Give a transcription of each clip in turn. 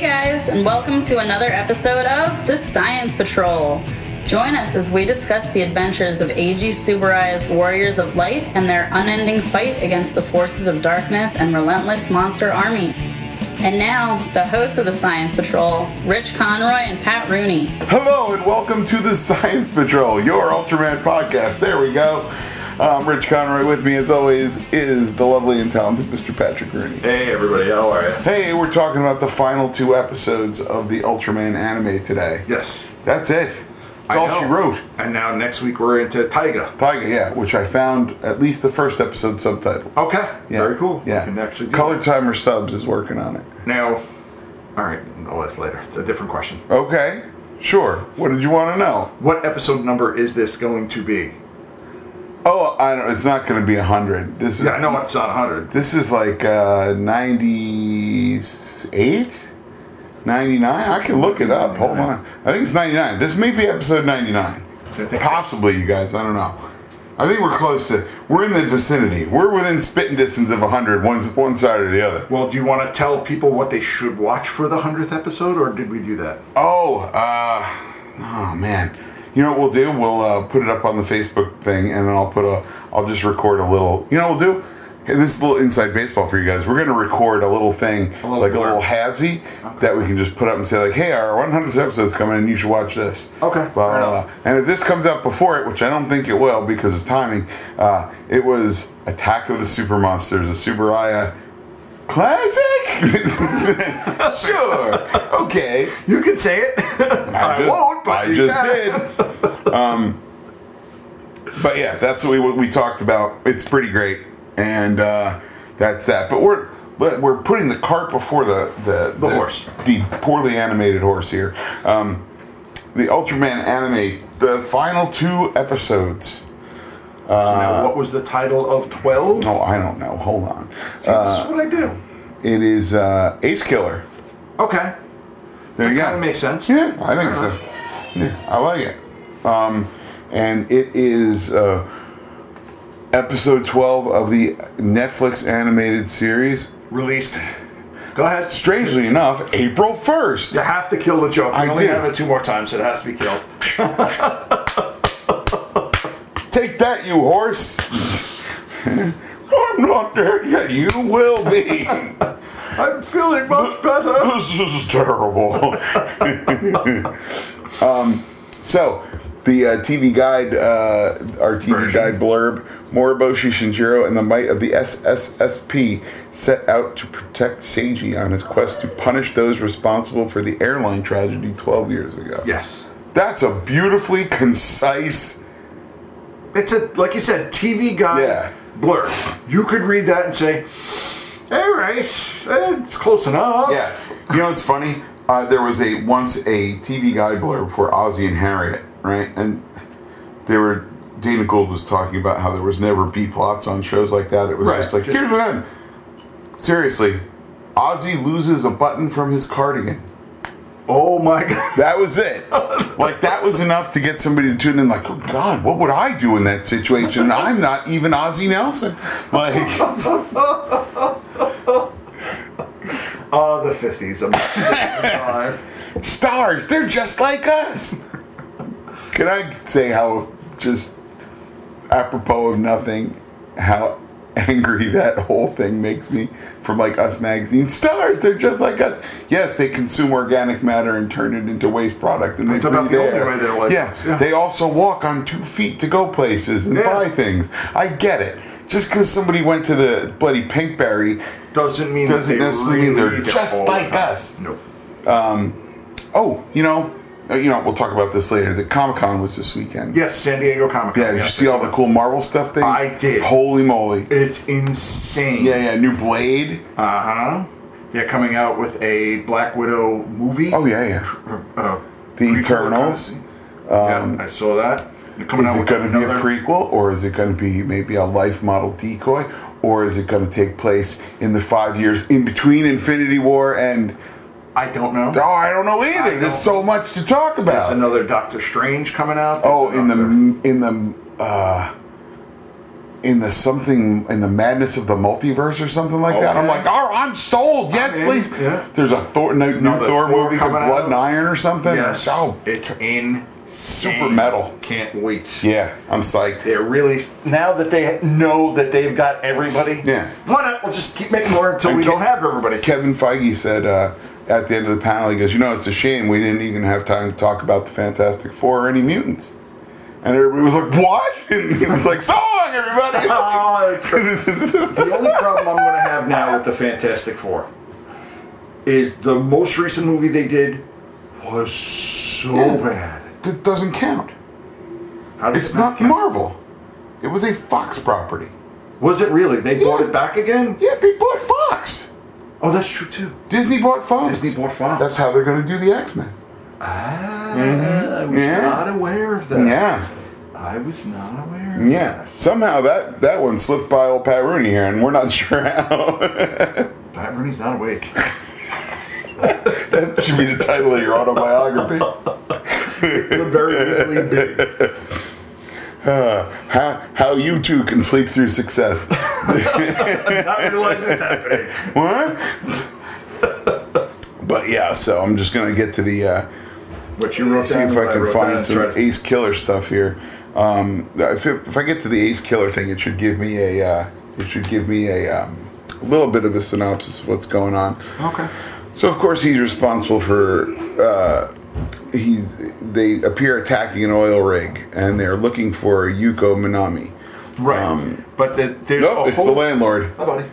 and welcome to another episode of The Science Patrol. Join us as we discuss the adventures of Eiji Tsuburai as warriors of light and their unending fight against the forces of darkness and relentless monster armies. And now, the hosts of The Science Patrol, Rich Conroy and Pat Rooney. Hello and welcome to the Science Patrol, your Ultraman podcast. There we go. Um, Rich Conroy with me, as always, is the lovely and talented Mr. Patrick Rooney. Hey everybody, how are you? Hey, we're talking about the final two episodes of the Ultraman anime today. Yes. That's it. That's all she wrote. And now next week we're into Taiga. Tiger, yeah, which I found at least the first episode subtitle. Okay. Yeah. Very cool. Yeah. You can actually do Color that. Timer Subs is working on it. now. All right, I'll ask later. It's a different question. Okay, sure. What did you want to know? What episode number is this going to be? Oh, I don't, it's not going to be 100. This is Yeah, I know it's not 100. This is like uh, 98? 99? I can look it up. Hold on. I think it's 99. This may be episode 99. think- Possibly, you guys. I don't know. I think we're close to. We're in the vicinity. We're within spitting distance of 100, one, one side or the other. Well, do you want to tell people what they should watch for the 100th episode, or did we do that? Oh, uh, oh man. You know what we'll do? We'll uh, put it up on the Facebook thing, and then I'll put a. I'll just record a little. You know what we'll do? Hey, this is a little inside baseball for you guys. We're gonna record a little thing, little like a blurb. little halvesy that we can just put up and say like, "Hey, our 100th episode's coming, and you should watch this." Okay, Blah, fair blah, enough. blah. And if this comes out before it, which I don't think it will because of timing, uh, it was Attack of the Super Monsters, a Subaraya classic. sure. Okay. You can say it. I, just- won't, but I you just can. did. Um, but yeah, that's what we what we talked about. It's pretty great, and uh, that's that. But we're but we're putting the cart before the the, The horse. the poorly animated horse here. Um, the Ultraman anime, the final two episodes. So Uh, now, what was the title of 12? Oh, I don't know. Hold on. See, this uh, is what I do. It is uh, Ace Killer. Okay. There you go. Kind of makes sense. Yeah, I think so. Yeah, I like it. Um, and it is uh, episode 12 of the Netflix animated series. Released. Go ahead. Strangely enough, April 1st. You have to kill the joke. I I only do. have it two more times, so it has to be killed. Take that, you horse. I'm not there yet. You will be. I'm feeling much better. this is terrible. um, so, the uh, TV guide, uh, our TV Version. guide blurb, Moriboshi Shinjiro and the might of the SSSP set out to protect Seiji on his quest to punish those responsible for the airline tragedy 12 years ago. Yes. That's a beautifully concise. It's a like you said, TV guy Yeah. blur. You could read that and say, "All right, eh, it's close enough." Yeah. You know, it's funny. Uh, there was a once a TV guide blurb for Ozzy and Harriet, right? And they were Dana Gould was talking about how there was never B plots on shows like that. It was Right, just like just- here's what happened. Seriously, Ozzy loses a button from his cardigan. Oh my god. That was it. like that was enough to get somebody to tune in. Like, oh God, what would I do in that situation? I'm not even Ozzy Nelson. Like, Oh, the fifties. I'm not stars. They're just like us. Can I say how just apropos of nothing, how angry that whole thing makes me from like Us Magazine? Stars, they're just like us. Yes, they consume organic matter and turn it into waste product, and they It's about breathe the only air. way they're like yeah, us, yeah. they also walk on two feet to go places and Yeah. buy things. I get it. Just because somebody went to the bloody Pinkberry Doesn't mean Doesn't that they necessarily mean they're read it just all the like time. us. No. Oh, you know, uh, you know, we'll talk about this later. The Comic Con was this weekend. Yes, San Diego Comic Con. Yeah, did you see all the cool Marvel stuff they? I did. Holy moly! It's insane. Yeah, yeah, new Blade. Uh huh. They're coming out with a Black Widow movie. Oh yeah, yeah. Uh, The prequel Eternals. Um, kind of- yeah, I saw that. They're coming Is out it with going to be a another- prequel, or is it going to be maybe a life model decoy, or is it going to take place in the five years in between Infinity War and? I don't know. Oh, I don't know either. I There's don't- so much to talk about. There's another Doctor Strange coming out. There's oh, in another- the in the uh, in the something in the madness of the multiverse or something like that. I'm Okay. like, oh, I'm sold. Yes, in. please. Yeah. There's a Thor, no, new Another Thor, Thor movie called coming Blood out. and Iron or something. Yes. Oh, It's in super metal. Can't wait. yeah, I'm psyched. They're really now that they know that they've got everybody. Yeah. Why not? We'll just keep making more until And we Ke- don't have everybody. Kevin Feige said uh, at the end of the panel, he goes, "You know, it's a shame we didn't even have time to talk about the Fantastic Four or any mutants." And everybody was like, "What?" And he was like, "So long, everybody!" Oh, it's great. the only problem I'm going to have now with the Fantastic Four is the most recent movie they did was so bad. that doesn't count. How does It's it not not count? Marvel. It was a Fox property. Was it really? They bought it back again? Yeah, they bought Fox. Oh, that's true too. Disney bought Fox. Disney bought Fox. That's how they're going to do the X Men. Ah, I was Yeah. not aware of that. Yeah, I was not aware. Of yeah. Somehow that that one slipped by old Pat Rooney here, and we're not sure how. that. Pat Rooney's not awake. that should be the title of your autobiography. Could very easily be. How, how you two can sleep through success. Not realizing it's happening. what? but yeah, so I'm just gonna get to the uh, What you wrote see down, if what I can wrote down, find and some e- try to- Ace Killer stuff here. Um, if, it, if I get to the Ace Killer thing, it should give me a uh, it should give me a um, little bit of a synopsis of what's going on. Okay. So of course he's responsible for uh, he's they appear attacking an oil rig and they're looking for Yuko Minami. Right. but the, there's Um, No, a it's whole, the landlord. Hi, buddy.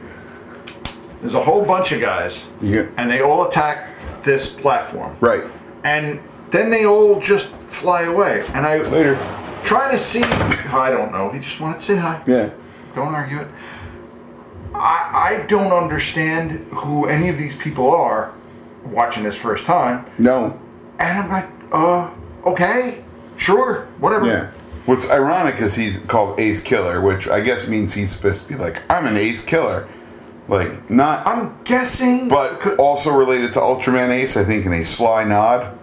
There's a whole bunch of guys, You get- and they all attack this platform. Right. And then they all just fly away. And I Later. trying to see. I don't know. He just wanted to say hi. Yeah. Don't argue it. I I don't understand who any of these people are. Watching this first time, No. and I'm like, uh, okay, sure, whatever. Yeah. What's ironic is he's called Ace Killer, which I guess means he's supposed to be like, I'm an Ace Killer. Like, not. I'm guessing, but also related to Ultraman Ace, I think, in a sly nod.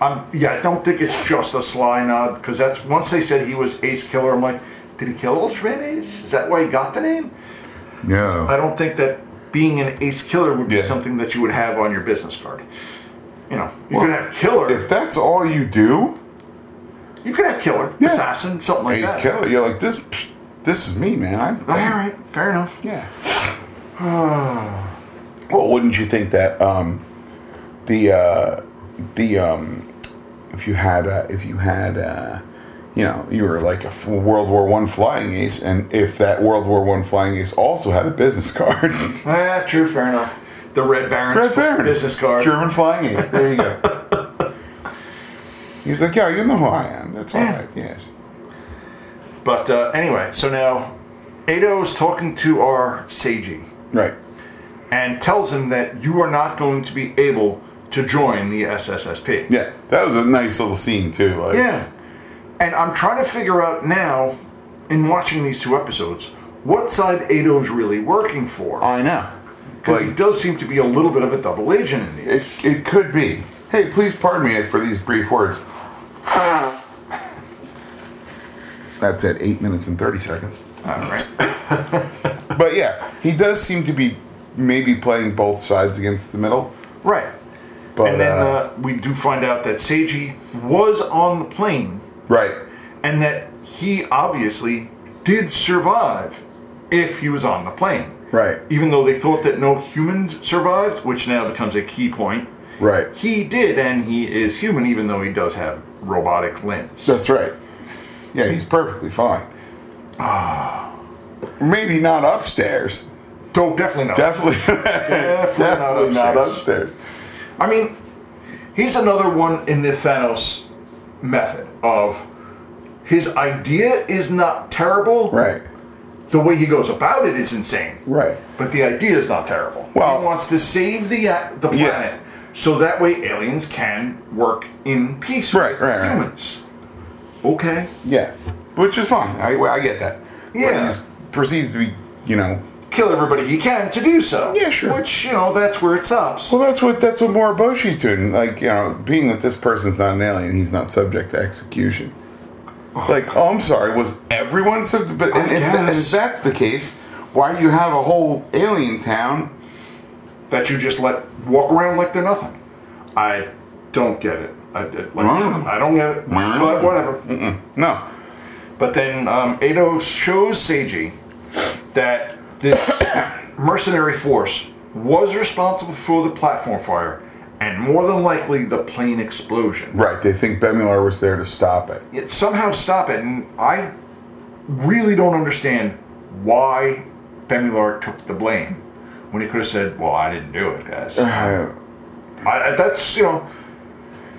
I'm, yeah, I don't think it's just a sly nod because that's once they said he was Ace Killer. I'm like, did he kill Ultraman Ace? Is that why he got the name? No. I don't think that being an Ace Killer would be Yeah. something that you would have on your business card. You know, you Well, could have killer, If that's all you do, you could have killer, Yeah. assassin, something like Ace that. Killer, you're like, this psh, This is me, man. I, All right, fair enough. Yeah. well, wouldn't you think that um, the uh, the um, if you had uh, if you had uh, you know you were like a f- World War One flying ace, and if that World War One flying ace also had a business card, Ah, true, fair enough. The Red Baron's Red Baron business card. German flying ace. There you go. He's like, yeah, you know who I am. That's all Yeah. right. Yes. But uh, anyway, so now Ado's talking to our Seiji. Right. and tells him that you are not going to be able to join the SSSP. Yeah. That was a nice little scene too. Like, Yeah. And I'm trying to figure out now, in watching these two episodes, what side Ado's really working for. I know. Because he does seem to be a little bit of a double agent in It, these. it could be. Hey, please pardon me for these brief words. That's at 8 minutes and 30 seconds. All right. But yeah, he does seem to be maybe playing both sides against the middle. Right. But, and then uh, uh, we do find out that Seiji was on the plane right. and that he obviously did survive if he was on the plane. Right. Even though they thought that no humans survived, which now becomes a key point. Right. He did, and he is human, even though he does have robotic limbs. That's right. Yeah, he's perfectly fine. Maybe not upstairs. Oh, definitely not. Definitely, Definitely not definitely not upstairs. I mean, he's another one in the Thanos method of his idea is not terrible. Right. The way he goes about it is insane. Right. But the idea is not terrible. Well- he wants to save the uh, the Yeah. planet so that way aliens can work in peace Right, with right, right. humans. Okay. Yeah. Which is fine. I, I get that. But Yeah. he proceeds to be, you know, Kill everybody he can to do so. Yeah, sure. Which, you know, that's where it stops. Well, that's what that's what Moriboshi's doing. Like you know, being that this person's not an alien, he's not subject to execution. Like, oh, I'm sorry, was everyone sub? But I and if, tha- and guess. if that's the case, why do you have a whole alien town? that you just let walk around like they're nothing. I don't get it. I, it- like I, said, Mm. I don't get it. Mm. But whatever. No, But then um, Ado shows Seiji that the mercenary force was responsible for the platform fire and more than likely the plane explosion. right? They think Bemular was there to stop it. Yet somehow stop it, and I really don't understand why Bemular took the blame when he could have said, "Well, I didn't do it, guys." I, Uh, I- that's you know.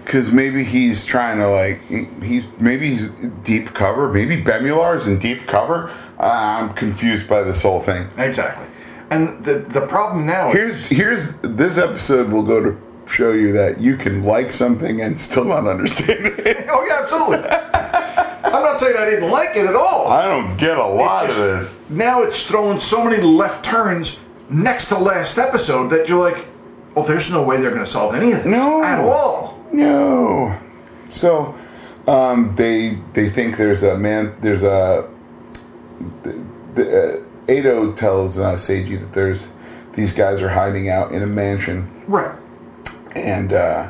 Because maybe he's trying to like he- he's maybe he's deep cover. Maybe Bemular's in deep cover. I'm confused by this whole thing. Exactly. And the the problem now is Here's here's this episode will go to show you that you can like something and still not understand it. oh yeah, absolutely. I'm not saying I didn't like it at all. I don't get a lot It just- of this. Now it's throwing so many left turns next to last episode that you're like, well, there's no way they're going to solve any of this No. at all. No. So um, they they think there's a man there's a the, the, uh, Ado tells uh, Seiji that there's these guys are hiding out in a mansion Right. and uh,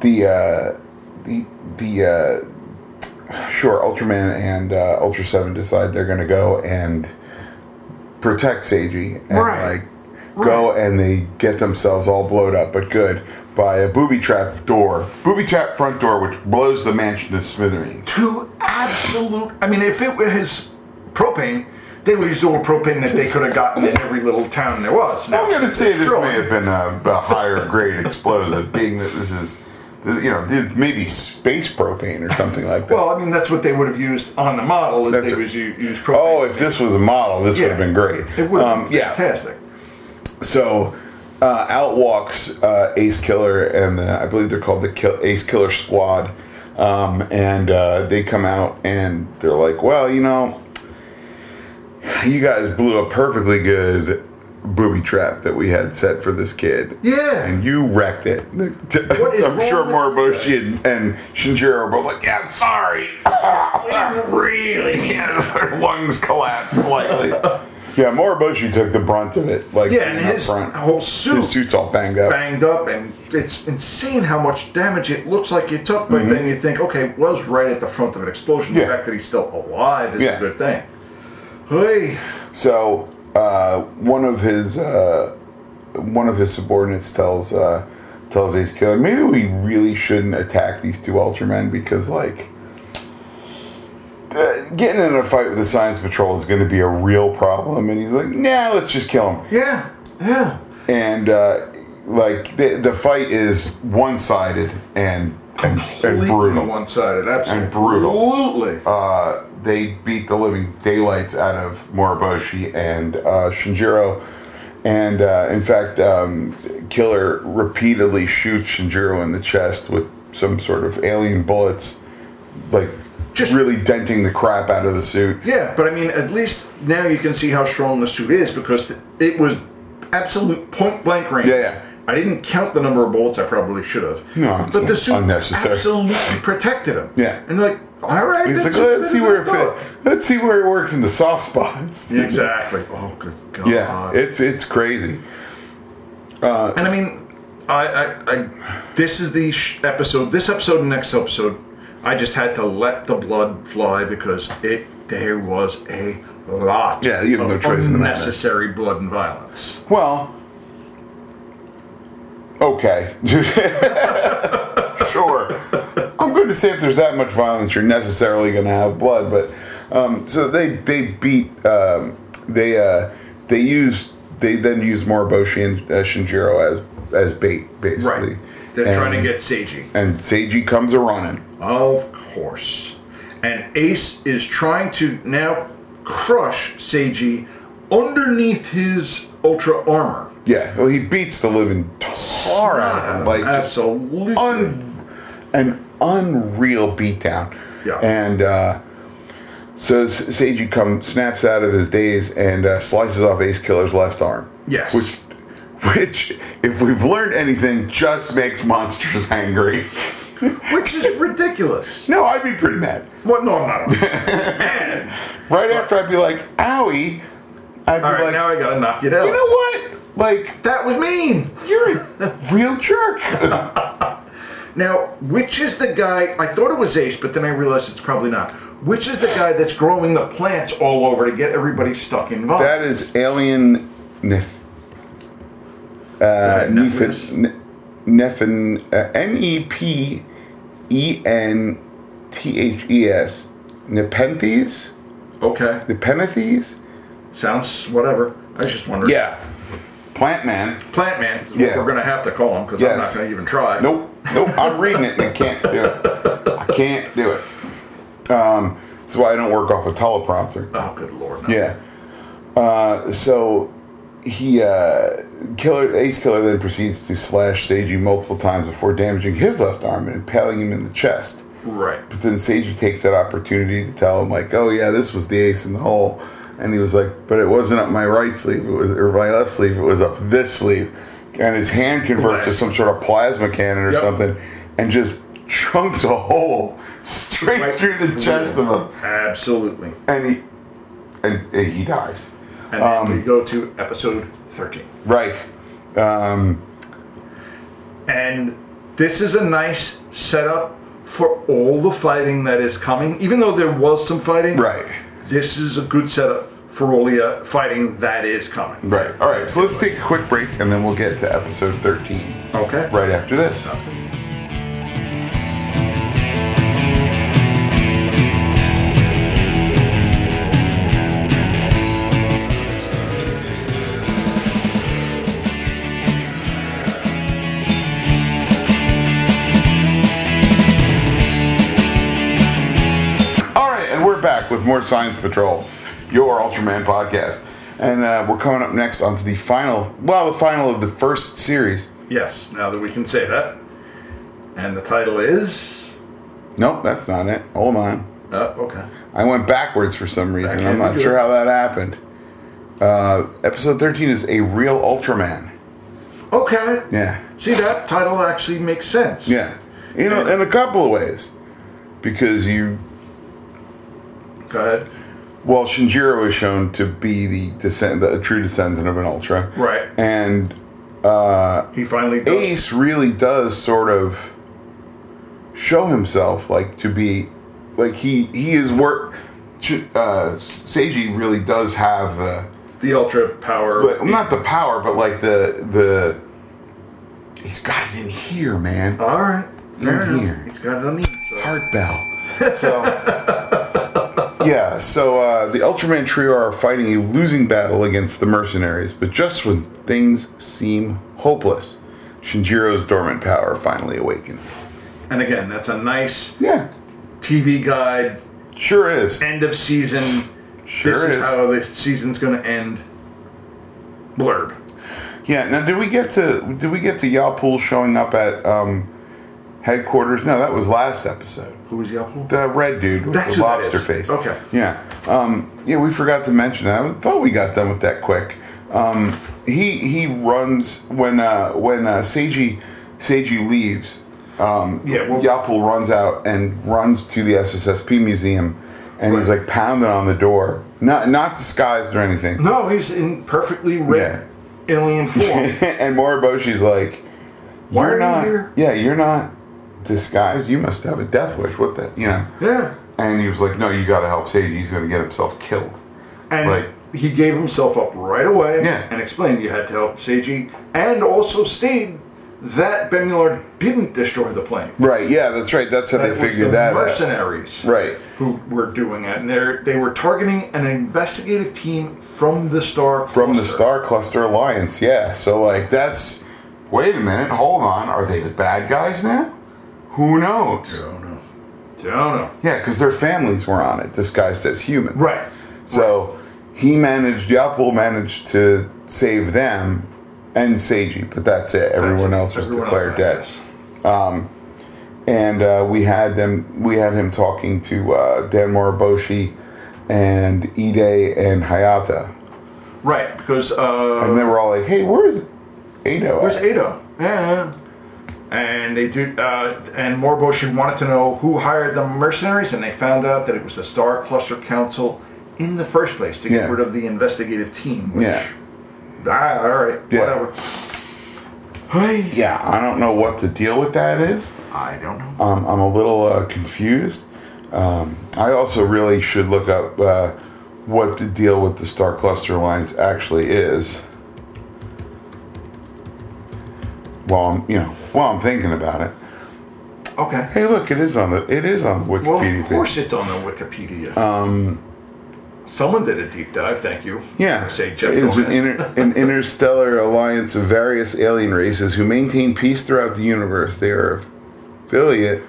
the uh, the the uh, sure Ultraman and uh, Ultra Seven decide they're going to go and protect Seiji and Right. like go and they get themselves all blowed up, but good by a booby trap door, booby trap front door, which blows the mansion to smithereens. To absolute. I mean, if it were his propane, they would use the old propane that they could have gotten in every little town there was. Now I'm going to it's say this destroyed. may have been a, a higher grade explosive, being that this is. You know, this maybe space propane or something like that. Well, I mean, that's what they would have used on the model. Is That's they it. would use, use propane. Oh, if this was a model, this Yeah. would have been great. It would have Um, been yeah. fantastic. So uh, out walks uh, Ace Killer, and uh, I believe they're called the Kill- Ace Killer Squad. Um, and uh, they come out and they're like, well, you know, you guys blew a perfectly good booby trap that we had set for this kid. Yeah. And you wrecked it. is I'm sure wrong Moriboshi and, and Shinjiro are both like, yeah, sorry. really? Yeah, their lungs collapsed slightly. yeah, Moriboshi took the brunt of it. Like, Yeah, and up his front. whole suit His suit's all banged up. banged up, and it's insane how much damage it looks like it took. But then you think, okay, was right at the front of an explosion. Mm-hmm. Yeah. The fact that he's still alive is Yeah. a good thing. Hey, So uh, one of his uh, one of his subordinates tells uh, tells Ace Killer, maybe we really shouldn't attack these two Ultramen because like uh, getting in a fight with the Science Patrol is going to be a real problem. And he's like, nah, let's just kill him. yeah, yeah, And uh, like the, the fight is one sided and, and and Completely brutal. one-sided, absolutely And brutal. Absolutely. uh, they beat the living daylights out of Moriboshi and uh, Shinjiro. And uh, in fact, um, Killer repeatedly shoots Shinjiro in the chest with some sort of alien bullets, like Just- really denting the crap out of the suit. yeah, but I mean, at least now you can see how strong the suit is because it was absolute point blank range. Yeah, yeah. I didn't count the number of bullets. I probably should have. No, it's but the suit unnecessary. absolutely protected him. Yeah. and like, all right, He's like, that's let's see where it fits. fits. Let's see where it works in the soft spots. Exactly. Oh, good God. Yeah, it's it's crazy. and I mean, I, I, I this is the sh- episode. This episode and next episode, I just had to let the blood fly because it there was a lot. Yeah, you have no of choice in the matter. unnecessary blood and violence. Well, okay. sure. I'm going to say if there's that much violence, you're necessarily going to have blood. But um, so they they beat um, they uh, they use they then use Moriboshi and uh, Shinjiro as as bait basically. Right. They're And- trying to get Seiji. and Seiji comes a running. Of course. And Ace is trying to now crush Seiji underneath his ultra armor. Ah, Yeah, well, he beats the living tar out of him, like just absolutely. un, an unreal beatdown. Yeah. And uh, so S- Seiji comes, snaps out of his daze, and uh, slices off Ace Killer's left arm. Yes. Which, which, if we've learned anything, just makes monsters angry. which is ridiculous. No, I'd be pretty mad. What? No, I'm not. Man. Right after I'd be like, owie, I'd be All right, like, now I gotta knock you down. you know what? Like, that was mean. you're a real jerk. Oh. Now, which is the guy? I thought it was Ace, but then I realized it's probably not. Which is the guy that's growing the plants all over to get everybody stuck involved? that is alien nef- uh, Nephews? Nephen, Nephen, uh, E N-E-P-E-N-T-H-E-S, E Nepenthes? okay, Nepenthes? sounds whatever. I was just wondering. Yeah. Plant man. Plant man. is what Yeah. We're gonna have to call him because I'm not Yes. gonna even try. Nope, nope. I'm reading it and I can't do it. I can't do it. Um, that's why I don't work off a teleprompter. Oh, good lord. no. Yeah. Uh, so he uh, killer Ace Killer then proceeds to slash Seiji multiple times before damaging his left arm and impaling him in the chest. Right. But then Seiji takes that opportunity to tell him like, "Oh yeah, this was the ace in the hole," and he was like, "But it wasn't up my right sleeve. It was or my left sleeve. It was up this sleeve." And his hand converts to Blast. some sort of plasma cannon or Yep. something, and just chunks a hole straight Right. through the chest of him, Absolutely. and he and, and he dies. And then Um, we go to episode 13. Right. Um, And this is a nice setup for all the fighting that is coming. Even though there was some fighting, Right. This is a good setup for all the uh, fighting that is coming. right. All right. So let's take a quick break, and then we'll get to episode thirteen Okay. right after this. All right, and we're back with more Science Patrol, your Ultraman podcast, and uh, we're coming up next onto the final, well, the final of the first series. Yes. Now that we can say that, and the title is. Nope, that's not it. Hold on. Uh, okay. I went backwards for some reason. Back I'm into not it. sure how that happened. Uh, episode 13 is A Real Ultraman. Okay. Yeah. See that title actually makes sense. Yeah. You know, in a couple of ways. Because you, Go ahead. well, Shinjiro is shown to be the descend, the true descendant of an Ultra. Right. And He finally does. Ace really does sort of show himself like to be like he he is work uh Seiji really does have the the ultra power. but not the power but like the the he's got it in here man all right. Fair In enough. here. He's got it on the inside. heart bell so yeah so uh the Ultraman trio are fighting a losing battle against the mercenaries but just when things seem hopeless Shinjiro's dormant power finally awakens And again, that's a nice Yeah, TV guide. sure is. End of season. Sure this is, is. how the season's going to end. Blurb. Yeah. Now, did we get to did we get to Yalpool showing up at um, headquarters? No, that was last episode. Who was Yahoo? The red dude with That's the who that lobster is. face. Okay. Yeah. Um, yeah, we forgot to mention that. I thought we got done with that quick. Um, he he runs when uh, when uh, Seiji Seiji leaves. Um, Yeah, well- Yapul runs out and runs to the SSSP museum, and he's like pounding on the door. Not not disguised or anything. No, he's in perfectly red alien form. and Moriboshi's like, Why you're are you not, here?" yeah, you're not disguised. You must have a death wish. What the, you know? yeah. And he was like, no, you got to help Sage. He's going to get himself killed. And Right. he gave himself up right away Yeah. and explained you had to help Seiji and also stated that Ben Millard didn't destroy the plane. Right. Yeah, that's right. That's how That they was figured the that out. mercenaries Right. who were doing it. And they they were targeting an investigative team from the Star From the Cluster. Star Cluster Alliance. Yeah. So, like, that's, wait a minute. Hold on. Are they the bad guys now? Who knows? Don't know. Don't know. Yeah, because their families were on it, disguised as human. Right. So he managed, Yapul managed to save them and Seiji, but that's it. Everyone That's- else was everyone declared else dead. dies. And uh, we had them. We had him talking to uh, Dan Moriboshi and Ide and Hayata, Right, because uh, and they were all like, "Hey, where's Ado?" where's at?" Ada? Yeah. and they do. Uh, and Morbo she wanted to know who hired the mercenaries, and they found out that it was the Star Cluster Council in the first place to get Yeah. rid of the investigative team. Which, Yeah. Ah, all right. Yeah. Whatever. Hey. Yeah, I don't know what the deal with that is. I don't know. Um, I'm a little uh, confused. Um, I also really should look up uh, what the deal with the Star Cluster Alliance actually is. While I'm, you know, while I'm thinking about it. Okay. Hey, look, it is on the it is on the Wikipedia. Well, of page. course it's on the Wikipedia. Um, Someone did a deep dive, thank you. Yeah. I say Jeff It is an, Gomez. inter- an interstellar alliance of various alien races who maintain peace throughout the universe. They are affiliate.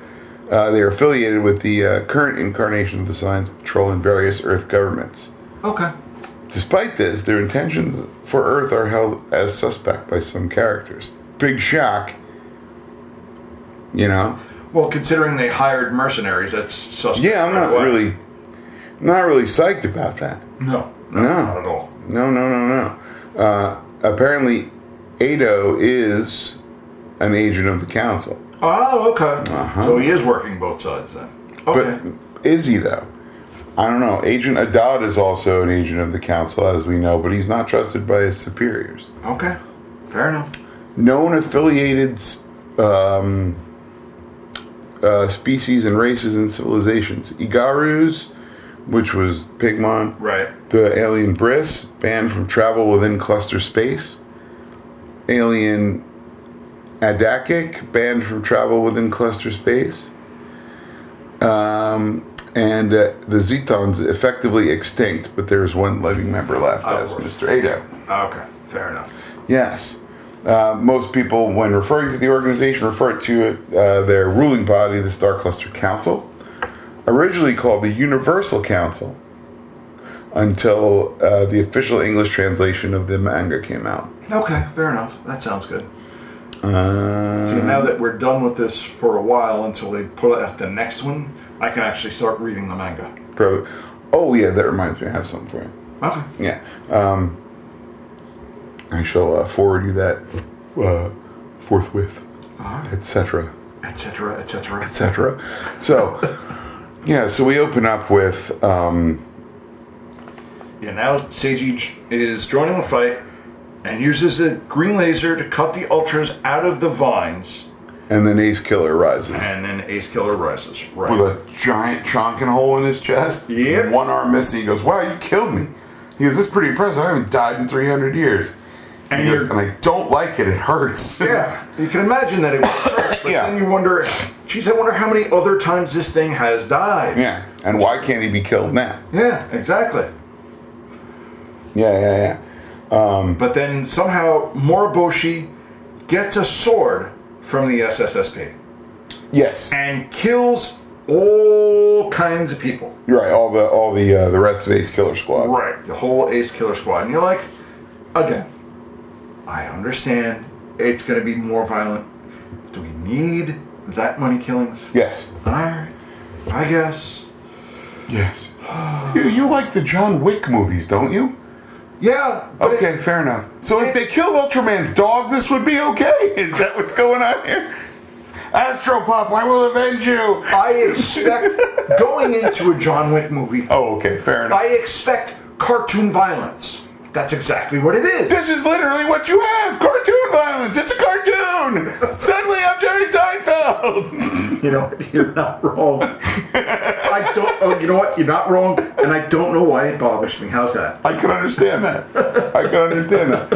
Uh, they are affiliated with the uh, current incarnation of the Science Patrol and various Earth governments. okay. Despite this, their intentions for Earth are held as suspect by some characters. Big shock. You know. Well, considering they hired mercenaries, that's suspect. Yeah, I'm right not away. really, not really psyched about that. No, no, No. not at all. No, no, no, no. Uh, apparently, Ado is an agent of the council. Oh, okay. So he is working both sides then. Uh-huh. But Okay. is he, though? I don't know. Agent Adad is also an agent of the council, as we know, but he's not trusted by his superiors. okay. Fair enough. Known affiliated um, uh, species and races and civilizations. Igarus, which was Pigmon. Right. The alien Briss, banned from travel within cluster space. Alien Adakic, banned from travel within cluster space. Um, and uh, the Zetons effectively extinct, but there's one living member left, Of as course. Mr. Ado. Okay. Fair enough. Yes. Uh, most people, when referring to the organization, refer to it, uh, their ruling body, the Star Cluster Council, originally called the Universal Council, until uh, the official English translation of the manga came out. Okay. Fair enough. That sounds good. Uh, See, now that we're done with this for a while until they put out the next one, I can actually start reading the manga. pro- oh, yeah, that reminds me, I have something for you. Okay. Yeah. Um, I shall uh, forward you that uh, forthwith, etc. Etc. Etc. etc. So, yeah, so we open up with um, Yeah, now Seiji j- is joining the fight and uses the green laser to cut the ultras out of the vines, and then Ace Killer rises and then Ace Killer rises. with Right. a giant chonking hole in his chest. Yep. One arm missing. He goes, "Wow, you killed me." He goes, "This is pretty impressive. I haven't died in 300 years." And And he goes, you're- "And I don't like it. It hurts." Yeah, you can imagine that it was hurt, but Yeah. then you wonder, geez, I wonder how many other times this thing has died. yeah. And why can't he be killed now? Yeah, exactly. Yeah, yeah, yeah. But then somehow Moriboshi gets a sword from the SSSP Yes, and kills all kinds of people. you're right. All the all the uh, the rest of Ace Killer Squad. Right, the whole Ace Killer Squad. And you're like, again, I understand it's going to be more violent. Do we need that many killings? Yes. Alright, I guess. Yes. you, you like the John Wick movies, don't you? Yeah, but it- Okay, fair enough. So if they killed Ultraman's dog, this would be okay. Is that what's going on here? Astropop, I will avenge you. I expect, going into a John Wick movie, Oh, okay, fair enough. I expect cartoon violence. That's exactly what it is. This is literally what you have. Cartoon violence. It's a cartoon. Suddenly, I'm Jerry Seinfeld. You know, you're not wrong. I don't, oh, you know what? You're not wrong, and I don't know why it bothers me. How's that? I can understand that. I can understand that.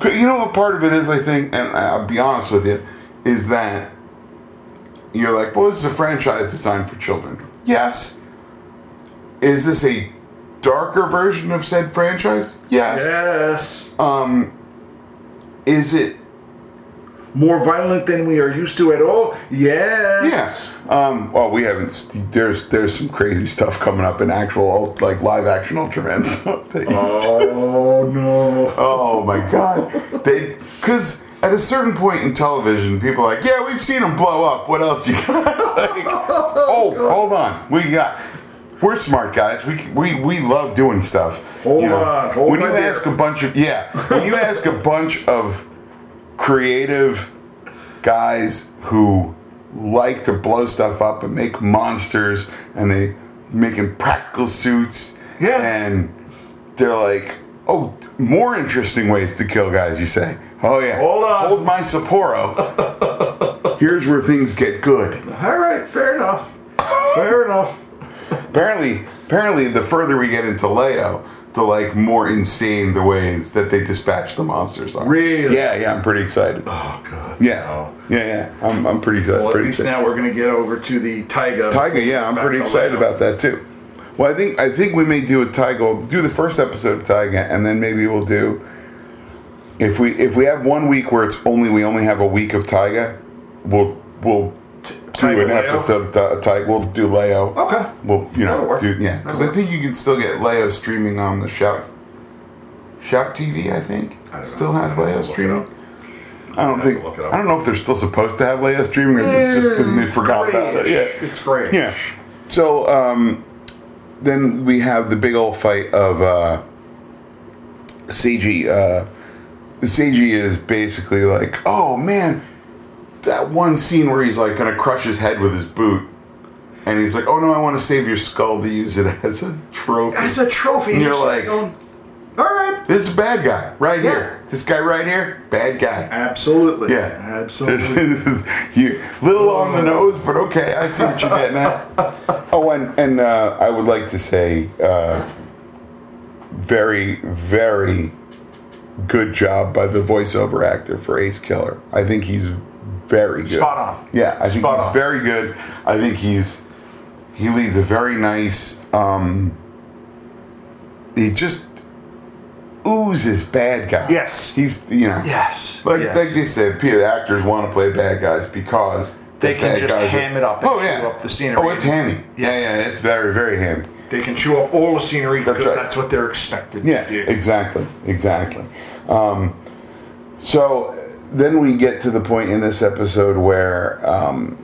But You know what part of it is, I think, and I'll be honest with you, is that you're like, well, this is a franchise designed for children. Yes. Is this a darker version of said franchise? Yes. Yes. Is it? more violent than we are used to at all? Yeah. Yes. Um, well, we haven't. There's there's some crazy stuff coming up in actual like live action Ultraman stuff. that you- Oh no. Oh my god. They because at a certain point in television, people are like, yeah, we've seen them blow up. What else you got? Like, oh, hold on, we got. We're smart guys. We c- we we love doing stuff. Hold on, hold when my you beer. ask a bunch of yeah, when you ask a bunch of creative guys who like to blow stuff up and make monsters and they making practical suits. Yeah. And they're like, oh, more interesting ways to kill guys, you say. Oh yeah. Hold on. Hold my Sapporo. Here's where things get good. All right, fair enough. Fair enough. Apparently, apparently, the further we get into Leo, the like more insane the ways that they dispatch the monsters are. Really? Yeah, yeah. I'm pretty excited. Oh god. Yeah, no. yeah, yeah. I'm, I'm pretty excited. Well, at pretty least excited. now we're gonna get over to the Taiga. Tyga, yeah, I'm Back pretty to excited Leo. about that too. Well, I think I think we may do a Tyga. We'll do the first episode of Tyga, and then maybe we'll do if we if we have one week where it's only we only have a week of Tyga, we'll we'll do Taiga an Leo? episode of Tyga. We'll do Leo. Okay. Well, you That'll know, work. do, yeah, because I think you can still get Leo streaming on the Shout Shout TV. I think I don't know. still has I'll have to Leo look it streaming. up. I don't have to think look it up. I don't know if they're still supposed to have Leo streaming. Or if it's just 'cause they forgot about it. Grayish. Yeah, It's great. yeah. So um, then we have the big old fight of uh, Seiji. Uh, Seiji is basically like, oh man, that one scene where he's like gonna crush his head with his boot, and he's like, oh no, I want to save your skull to use it as a trophy. That's a trophy. And you're just like- going, all right. this is a bad guy right Yeah. here. This guy right here, bad guy. Absolutely. Yeah, Absolutely. you little on the nose, but okay, I see what you're getting at. Oh, and and uh, I would like to say, uh, very very good job by the voiceover actor for Ace Killer. I think he's very good. Spot on. Yeah, I think Spot he's on. very good. I think he's he leads a very nice. Um, he just oozes bad guy. Yes. he's you know yes. like, yes. like they said, Peter, actors want to play bad guys because They the can bad just guys ham it up and Oh yeah, chew up the scenery. Oh, it's hammy. Yeah, yeah, it's very, very hammy. they can chew up all the scenery That's because right. that's what they're expected Yeah, to do. exactly, exactly. Um, so then we get to the point in this episode where um,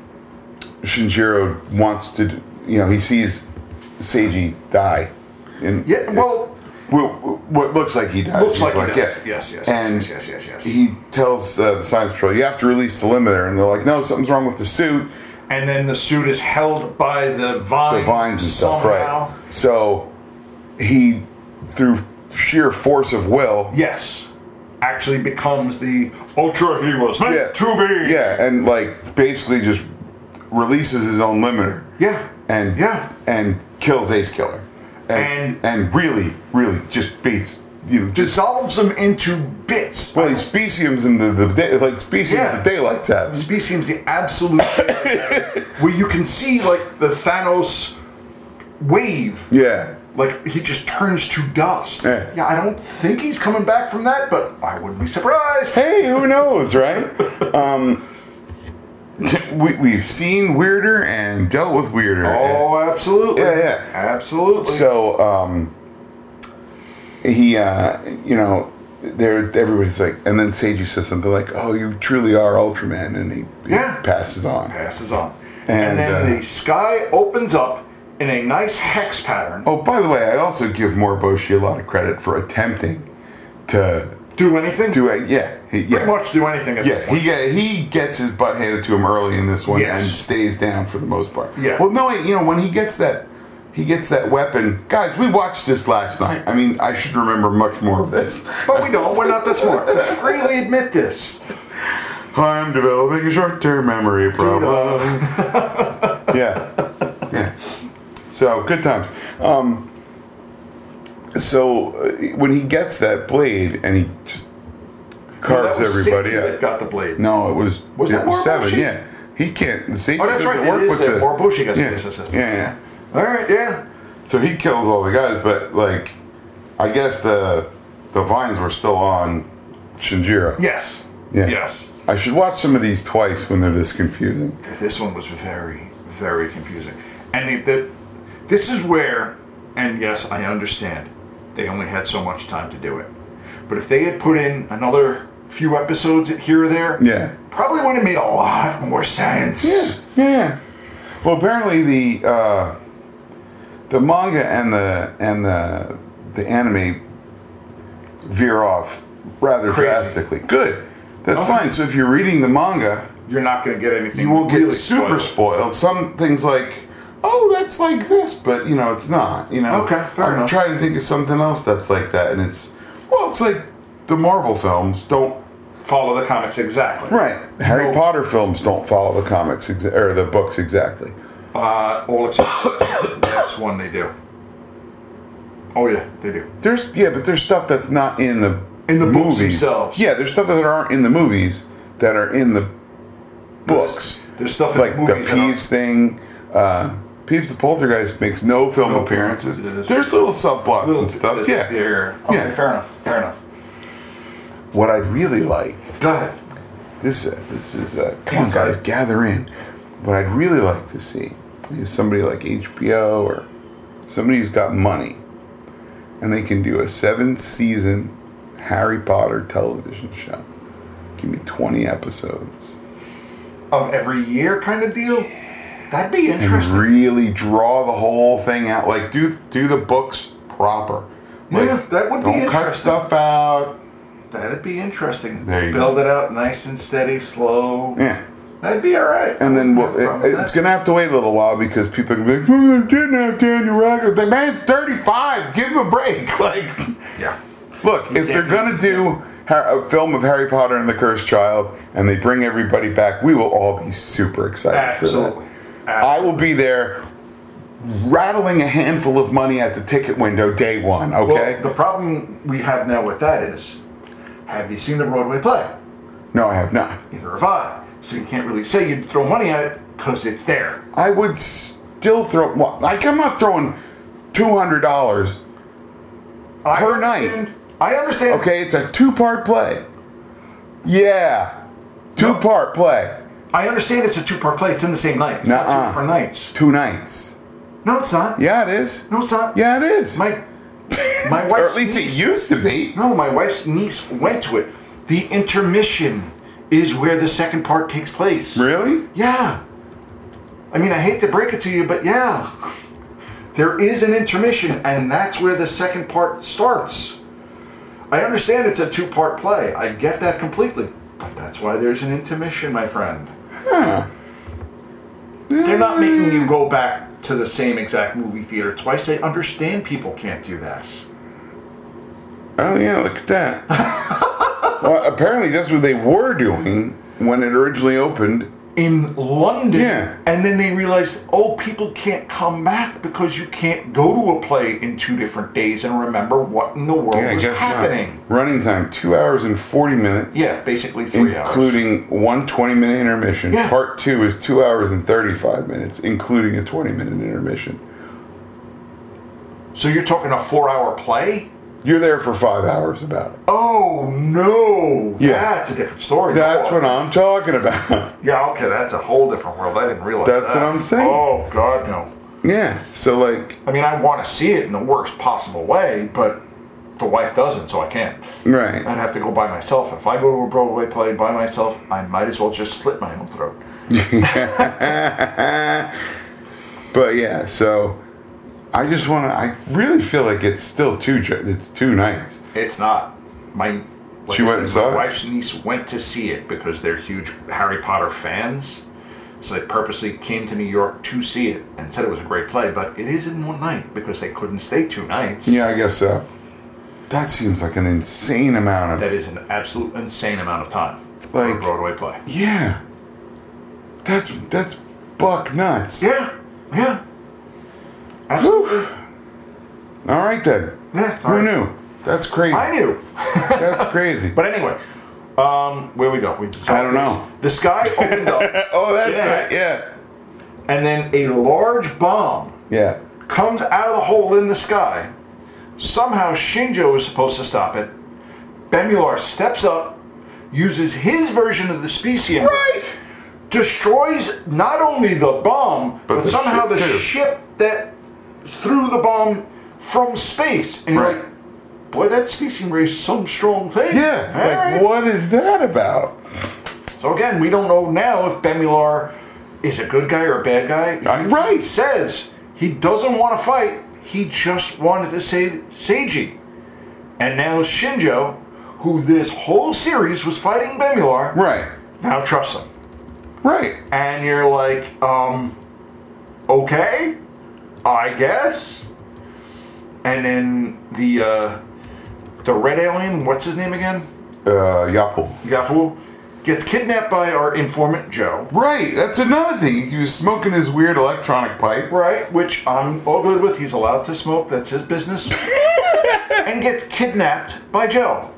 Shinjiro wants to, you know, he sees Seiji die. In, Yeah. Well, Well, what looks like he does. Looks He's like he does. yeah. Yes, yes, and yes, yes, yes, yes, yes. He tells uh, the science patrol, "You have to release the limiter," and they're like, "No, something's wrong with the suit, and then the suit is held by the vines. the vines and stuff." somehow. Right. So he, through sheer force of will, Yes. Actually becomes the ultra he was meant Yeah. to be. yeah, and like basically just releases his own limiter. Yeah. And Yeah. and kills Ace Killer, and and, really, really just beats you know just. dissolves them into bits. Well, he speciums into the day, like speciums Yeah. the daylights out. This seems the absolute where you can see like the Thanos wave. Yeah, Like he just turns to dust. Yeah. yeah, I don't think he's coming back from that, but I wouldn't be surprised. hey, who knows, right? Um, we, we've seen weirder and dealt with weirder. Oh, absolutely. Yeah, yeah. Absolutely. So, um, he, uh, you know, there everybody's like, and then Seiji says something like, "Oh, you truly are Ultraman," and he, he Yeah. passes on. passes on. And, And, then uh, the sky opens up in a nice hex pattern. Oh, by the way, I also give Moriboshi a lot of credit for attempting to Do anything? do it. Yeah, he, yeah. Pretty much do anything at this Yeah, point. he get, he gets his butt handed to him early in this one Yes. and stays down for the most part. Yeah. Well, no, wait, you know when he gets that he gets that weapon, guys. We watched this last night. I mean, I should remember much more of this. But we don't. We're not this smart. We freely admit this. I'm developing a short-term memory uh, problem. yeah, yeah. So good times. Um, so uh, when he gets that blade and he just carves That was everybody Satan up. That got the blade. No, it was Was it that was seven. Moribushi? Yeah, he can't. The safety Oh, that's doesn't right. work It is with that the Moribushi gets yeah. this, this, this. Yeah, yeah. All right. Yeah. So he kills all the guys, but like, I guess the the vines were still on Shinjiro. Yes. Yeah. Yes. I should watch some of these twice when they're this confusing. This one was very, very confusing, and the, the, this is where, and yes, I understand, they only had so much time to do it, but if they had put in another few episodes here or there, Yeah. probably would have made a lot more sense. Yeah, yeah. Well, apparently the uh, the manga and the and the the anime veer off rather Crazy. drastically. Good, that's Okay. fine. So if you're reading the manga, you're not going to get anything. you won't get really super spoiled. spoiled. Some things like, oh, that's like this, but you know, it's not. You know, Okay, fair I'm enough. trying to think of something else that's like that, and it's well, it's like the Marvel films don't. Follow the comics exactly. Right, Harry No. Potter films don't follow the comics exa- or the books exactly. Uh, all except That's one they do. Oh yeah, they do. There's yeah, but there's stuff that's not in the In the books movies. themselves. Yeah, there's stuff that aren't in the movies that are in the books, there's stuff in like the the movies. that are- Peeves thing. Uh, Peeves the Poltergeist makes no film appearances. appearances. There's little subplots little and stuff. bits Yeah. here. Okay, Yeah. fair enough. Fair enough. What I'd really like Go ahead. this this is uh, come on guys gather in. What I'd really like to see is somebody like HBO or somebody who's got money, and they can do a seven season Harry Potter television show. Give me twenty episodes Of every year kind of deal. That'd be and interesting. really draw the whole thing out. Like do do the books proper. Like, yeah, that would be don't interesting. cut stuff out. That'd be interesting. There you Build it out nice and steady, slow. Yeah. That'd be all right. And then No well, problem with it, it's that. gonna have to wait a little while because people are gonna be like, oh, they didn't have Daniel Radcliffe. The man's 35. Give him a break. Like, Yeah. look, if they're gonna do Har- a film of Harry Potter and the Cursed Child and they bring everybody back, we will all be super excited Absolutely. for that. I will be there, rattling a handful of money at the ticket window day one. Okay? Well, the problem we have now with that is, have you seen the Broadway play? no, I have not. Neither have I. So you can't really say you'd throw money at it because it's there. I would still throw. Well, like I'm not throwing two hundred dollars I Per night. understand- I understand. Okay, it's a two part play. Yeah. Two part play. I understand it's a two-part play. It's in the same night. It's not Nuh-uh. two different nights. Two nights. No, it's not. Yeah, it is. No, it's not. Yeah, it is. My my wife's or at least it niece, used to be. No, my wife's niece went to it. The intermission is where the second part takes place. Really? Yeah. I mean, I hate to break it to you, but yeah. There is an intermission, and that's where the second part starts. I understand it's a two part play. I get that completely. But that's why there's an intermission, my friend. They're not making you go back to the same exact movie theater twice. I understand people can't do that. Oh yeah, look at that. well, apparently that's what they were doing when it originally opened. in London, Yeah. and then they realized, oh, people can't come back because you can't go to a play in two different days and remember what in the world Yeah, I was guess not. happening. Running time, two hours and forty minutes. Yeah, basically three hours. Including one 20 minute intermission. Yeah. Part two is two hours and 35 minutes, including a 20 minute intermission. So you're talking a four-hour play? You're there for five hours about it. Oh no! Yeah. that's a different story. That's Oh, what I'm talking about. Yeah, okay, that's a whole different world. I didn't realize. That's that. what I'm saying. Oh God, no. yeah. So like, I mean, I want to see it in the worst possible way, but the wife doesn't, so I can't. I'd right. have to go by myself. If I go to a Broadway play by myself, I might as well just slit my own throat. But yeah, so I just want to. I really feel like it's still two. ju- It's two nights. It's not. My like She I went and said, saw it? My wife's niece went to see it because they're huge Harry Potter fans. So they purposely came to New York to see it and said it was a great play, but it is in one night because they couldn't stay two nights. Yeah, I guess so. That seems like an insane amount of. That is an absolute insane amount of time for a Like- Broadway play. yeah. That's that's buck nuts. Yeah, yeah. Absolutely. All right then. Yeah, Who sorry. knew? That's crazy. I knew. That's crazy. But anyway, um, where we go? We I don't know. The sky opened up, oh, that's Yeah. right. Yeah. and then a large bomb Yeah. comes out of the hole in the sky. Somehow Shinjo is supposed to stop it. Bemular steps up, uses his version of the specium, Right. destroys not only the bomb, but, But the somehow ship the too. ship that threw the bomb from space. And Right. you're like, boy, that specium raised some strong thing. Yeah. All like, right. what is that about? So again, we don't know now if Bemular is a good guy or a bad guy. I'm He right. says he doesn't want to fight. He just wanted to save Seiji. And now Shinjo, who this whole series was fighting Bemular, Right. now trusts him. Right. and you're like, um, okay, I guess. And then the uh, the red alien, what's his name again? Uh, Yapo. Yafu gets kidnapped by our informant Joe. Right. That's another thing. He was smoking his weird electronic pipe. Right, which I'm all good with. He's allowed to smoke, that's his business. and gets kidnapped by Joe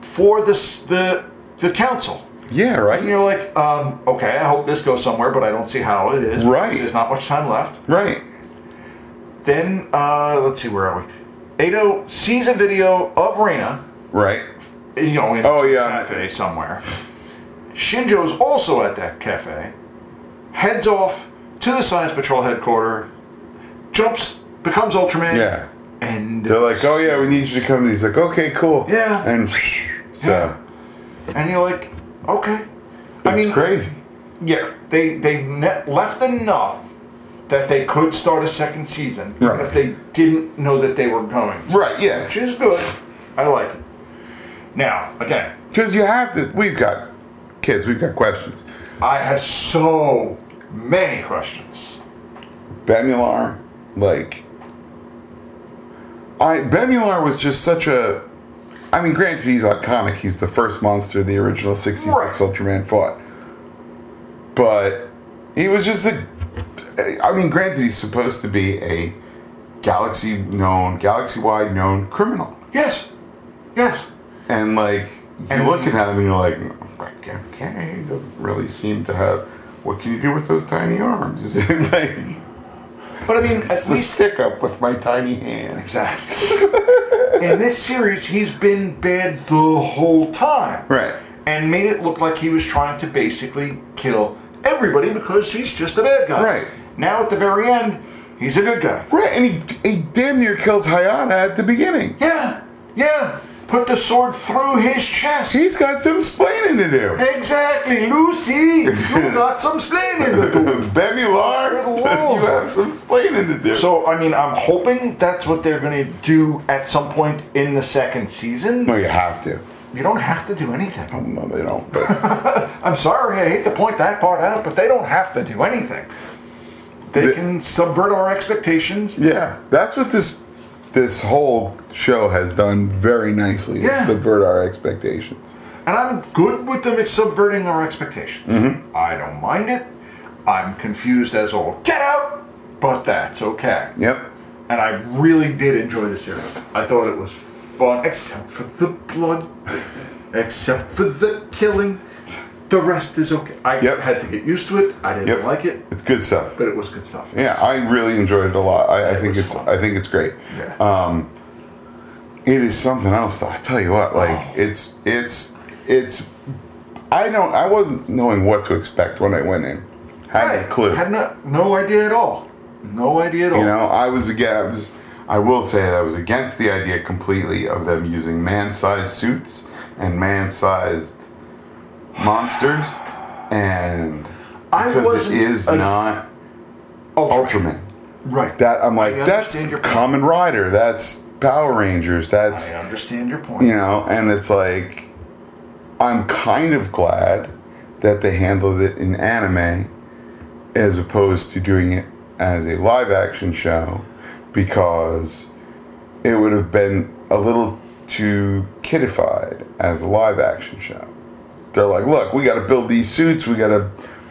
for this the the council. Yeah. And Right. you're like, um, okay, I hope this goes somewhere, but I don't see how it is. because Right. There's not much time left. Right. Then, uh, let's see, where are we? Ado sees a video of Reina, Right. you know, in Oh, a yeah. cafe somewhere. Shinjo's also at that cafe, heads off to the Science Patrol headquarters, jumps, becomes Ultraman, Yeah. and They're like, oh yeah, we need you to come. He's like, okay, cool. Yeah. And so and you're like, okay. that's I mean, crazy. yeah, they they ne- left enough that they could start a second season Right. if they didn't know that they were going. to. Right. Yeah. which is good. I like it. Now, again, Because you have to. We've got kids. We've got questions. I have so many questions. Bemular, like, I Bemular was just such a. I mean, granted, he's iconic. He's the first monster the original '66 Right. Ultraman fought, but he was just a. I mean, granted, he's supposed to be a galaxy known, galaxy wide known criminal, Yes, yes. and like you And- looking at him and you're like, okay, okay, he doesn't really seem to have. What can you do with those tiny arms? It's like, But I mean, at it's a least stick up with my tiny hands. exactly. in this series, he's been bad the whole time, Right. And made it look like he was trying to basically kill everybody because he's just a bad guy, Right. Now at the very end, he's a good guy. Right, and he, he damn near kills Hayata at the beginning. Yeah, yeah. Put the sword through his chest. He's got some explaining to do. Exactly, Lucy. You got some explaining to do. Bemular, Good you lord. have some explaining to do. So I mean, I'm hoping that's what they're going to do at some point in the second season. no, you have to. You don't have to do anything. No, they don't. But I'm sorry, I hate to point that part out, but they don't have to do anything. They The- can subvert our expectations. yeah, that's what this this whole show has done very nicely. is Yeah. Subvert our expectations. And I'm good with them subverting our expectations. Mm-hmm. I don't mind it. I'm confused as all get out, but that's okay. Yep. And I really did enjoy the series. I thought it was fun, except for the blood, except for the killing. The rest is okay. I Yep. had to get used to it. I didn't Yep. like it, It's good stuff. but it was good stuff. Yeah, I really enjoyed it a lot. I, I It think was it's fun. I think it's great. Yeah. It is something else, though. I tell you what, like Oh. it's it's it's. I don't. I wasn't knowing what to expect when I went in. Had Right. no clue. Had not, no idea at all. No idea at all. you know, I was again. I, was, I will say that I was against the idea completely of them using man-sized suits and man-sized monsters, and I because it wasn't is a- not Ultraman. Ultraman. Right. That I'm like, I that's understand your point. Common Rider. That's Power Rangers. That's I understand your point. you know and it's like i'm kind of glad that they handled it in anime as opposed to doing it as a live action show because it would have been a little too kidified as a live action show they're like look we got to build these suits we got to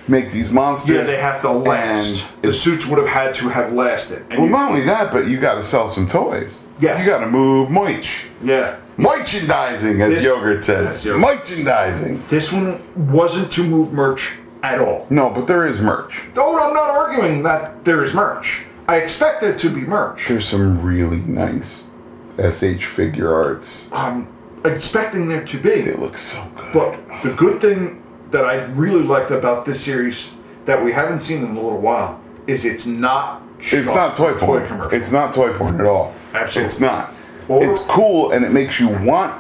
make these monsters Yeah, they have to last. and The suits would have had to have lasted. And well you- not only that but you got to sell some toys Yes. you got to move moich yeah. Merchandising, as This- yogurt says. Yes, yogurt. Merchandising. This one wasn't to move merch at all. No, but there is merch. Oh, I'm not arguing that there is merch. I expect there to be merch. There's some really nice SH figure arts. I'm expecting there to be. They look so good. But the good thing that I really liked about this series that we haven't seen in a little while is it's not. it's just not toy a porn. commercial. It's not toy porn at all. Absolutely. It's not. Or- it's cool and it makes you want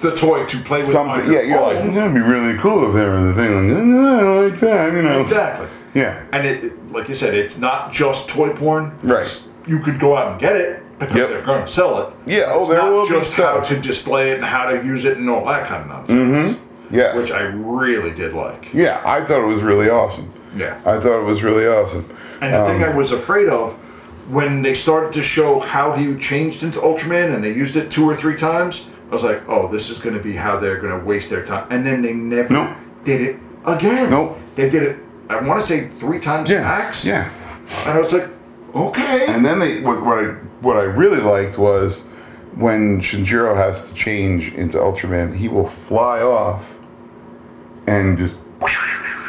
the toy to play with. something. on Yeah, your you're like, own. that'd be really cool if there was a thing like, "Oh, I like that, you know. exactly. Yeah. And it- it, like you said, it's not just toy porn. Right. It's- You could go out and get it because Yep. they're going to sell it. Yeah, oh, It's there not will be just how stuff. to display it and how to use it and all that kind of nonsense. Yes. which I really did like. Yeah, I thought it was really awesome. Yeah. I thought it was really awesome. And the Um, thing I was afraid of when they started to show how he changed into Ultraman and they used it two or three times, I was like, oh, this is going to be how they're going to waste their time. And then they never Nope. did it again. Nope. They did it, I want to say, three times Yeah, max. yeah. And I was like, okay. And then they what, what I what I really liked was when Shinjiro has to change into Ultraman, he will fly off and just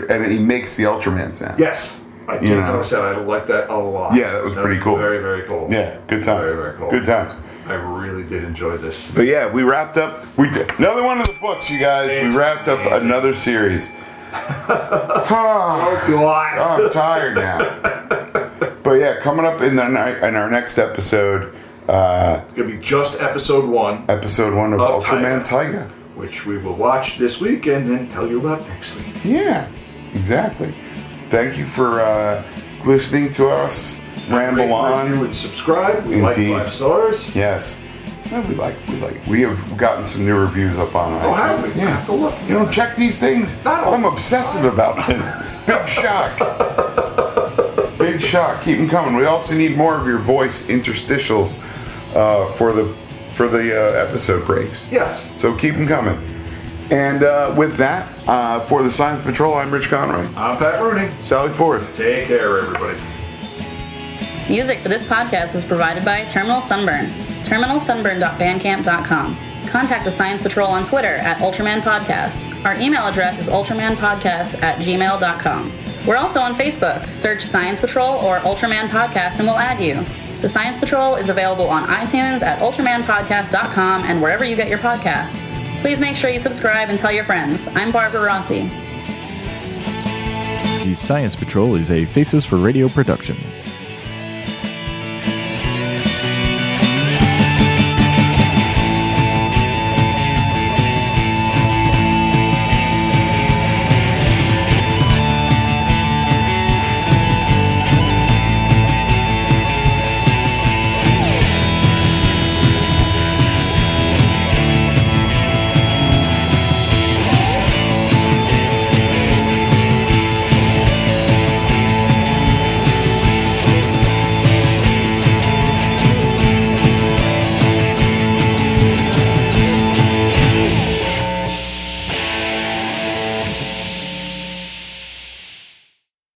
and he makes the Ultraman sound. yes. I did You know. notice that. I liked that a lot. Yeah, that was pretty cool. Very, very cool. Yeah, good times. Very, very cool. Good times. I really did enjoy this. But yeah, we wrapped up. We did another one of the books, you guys. It's we wrapped up amazing. another series. Oh, God. Oh, I'm tired now. But yeah, coming up in the ni- in our next episode, uh, It's going to be just episode one, episode one of, Of Ultraman Taiga. which we will watch this week and then tell you about next week. Yeah, exactly. Thank you for uh, listening to us ramble Rate, review, on. and subscribe. We Indeed. like five stars. Yes, No, we like we like. We have gotten some new reviews up on iTunes. Oh, have we? I Yeah. have to look. You don't check these things? Not all I'm obsessive about this. Big shock. Big shock. Keep them coming. We also need more of your voice interstitials uh, for the for the uh, episode breaks. Yes. So keep them coming. And uh, with that, uh, for the Science Patrol, I'm Rich Conroy. I'm Pat Rooney. Sally Forth. Take care, everybody. Music for this podcast was provided by Terminal Sunburn. TerminalSunburn.bandcamp.com. Contact the Science Patrol on Twitter at Ultraman Podcast. Our email address is ultramanpodcast at gmail.com. We're also on Facebook. Search Science Patrol or Ultraman Podcast and we'll add you. The Science Patrol is available on iTunes at ultramanpodcast.com and wherever you get your podcasts. Please make sure you subscribe and tell your friends. I'm Barbara Rossi. The Science Patrol is a Faces for Radio production.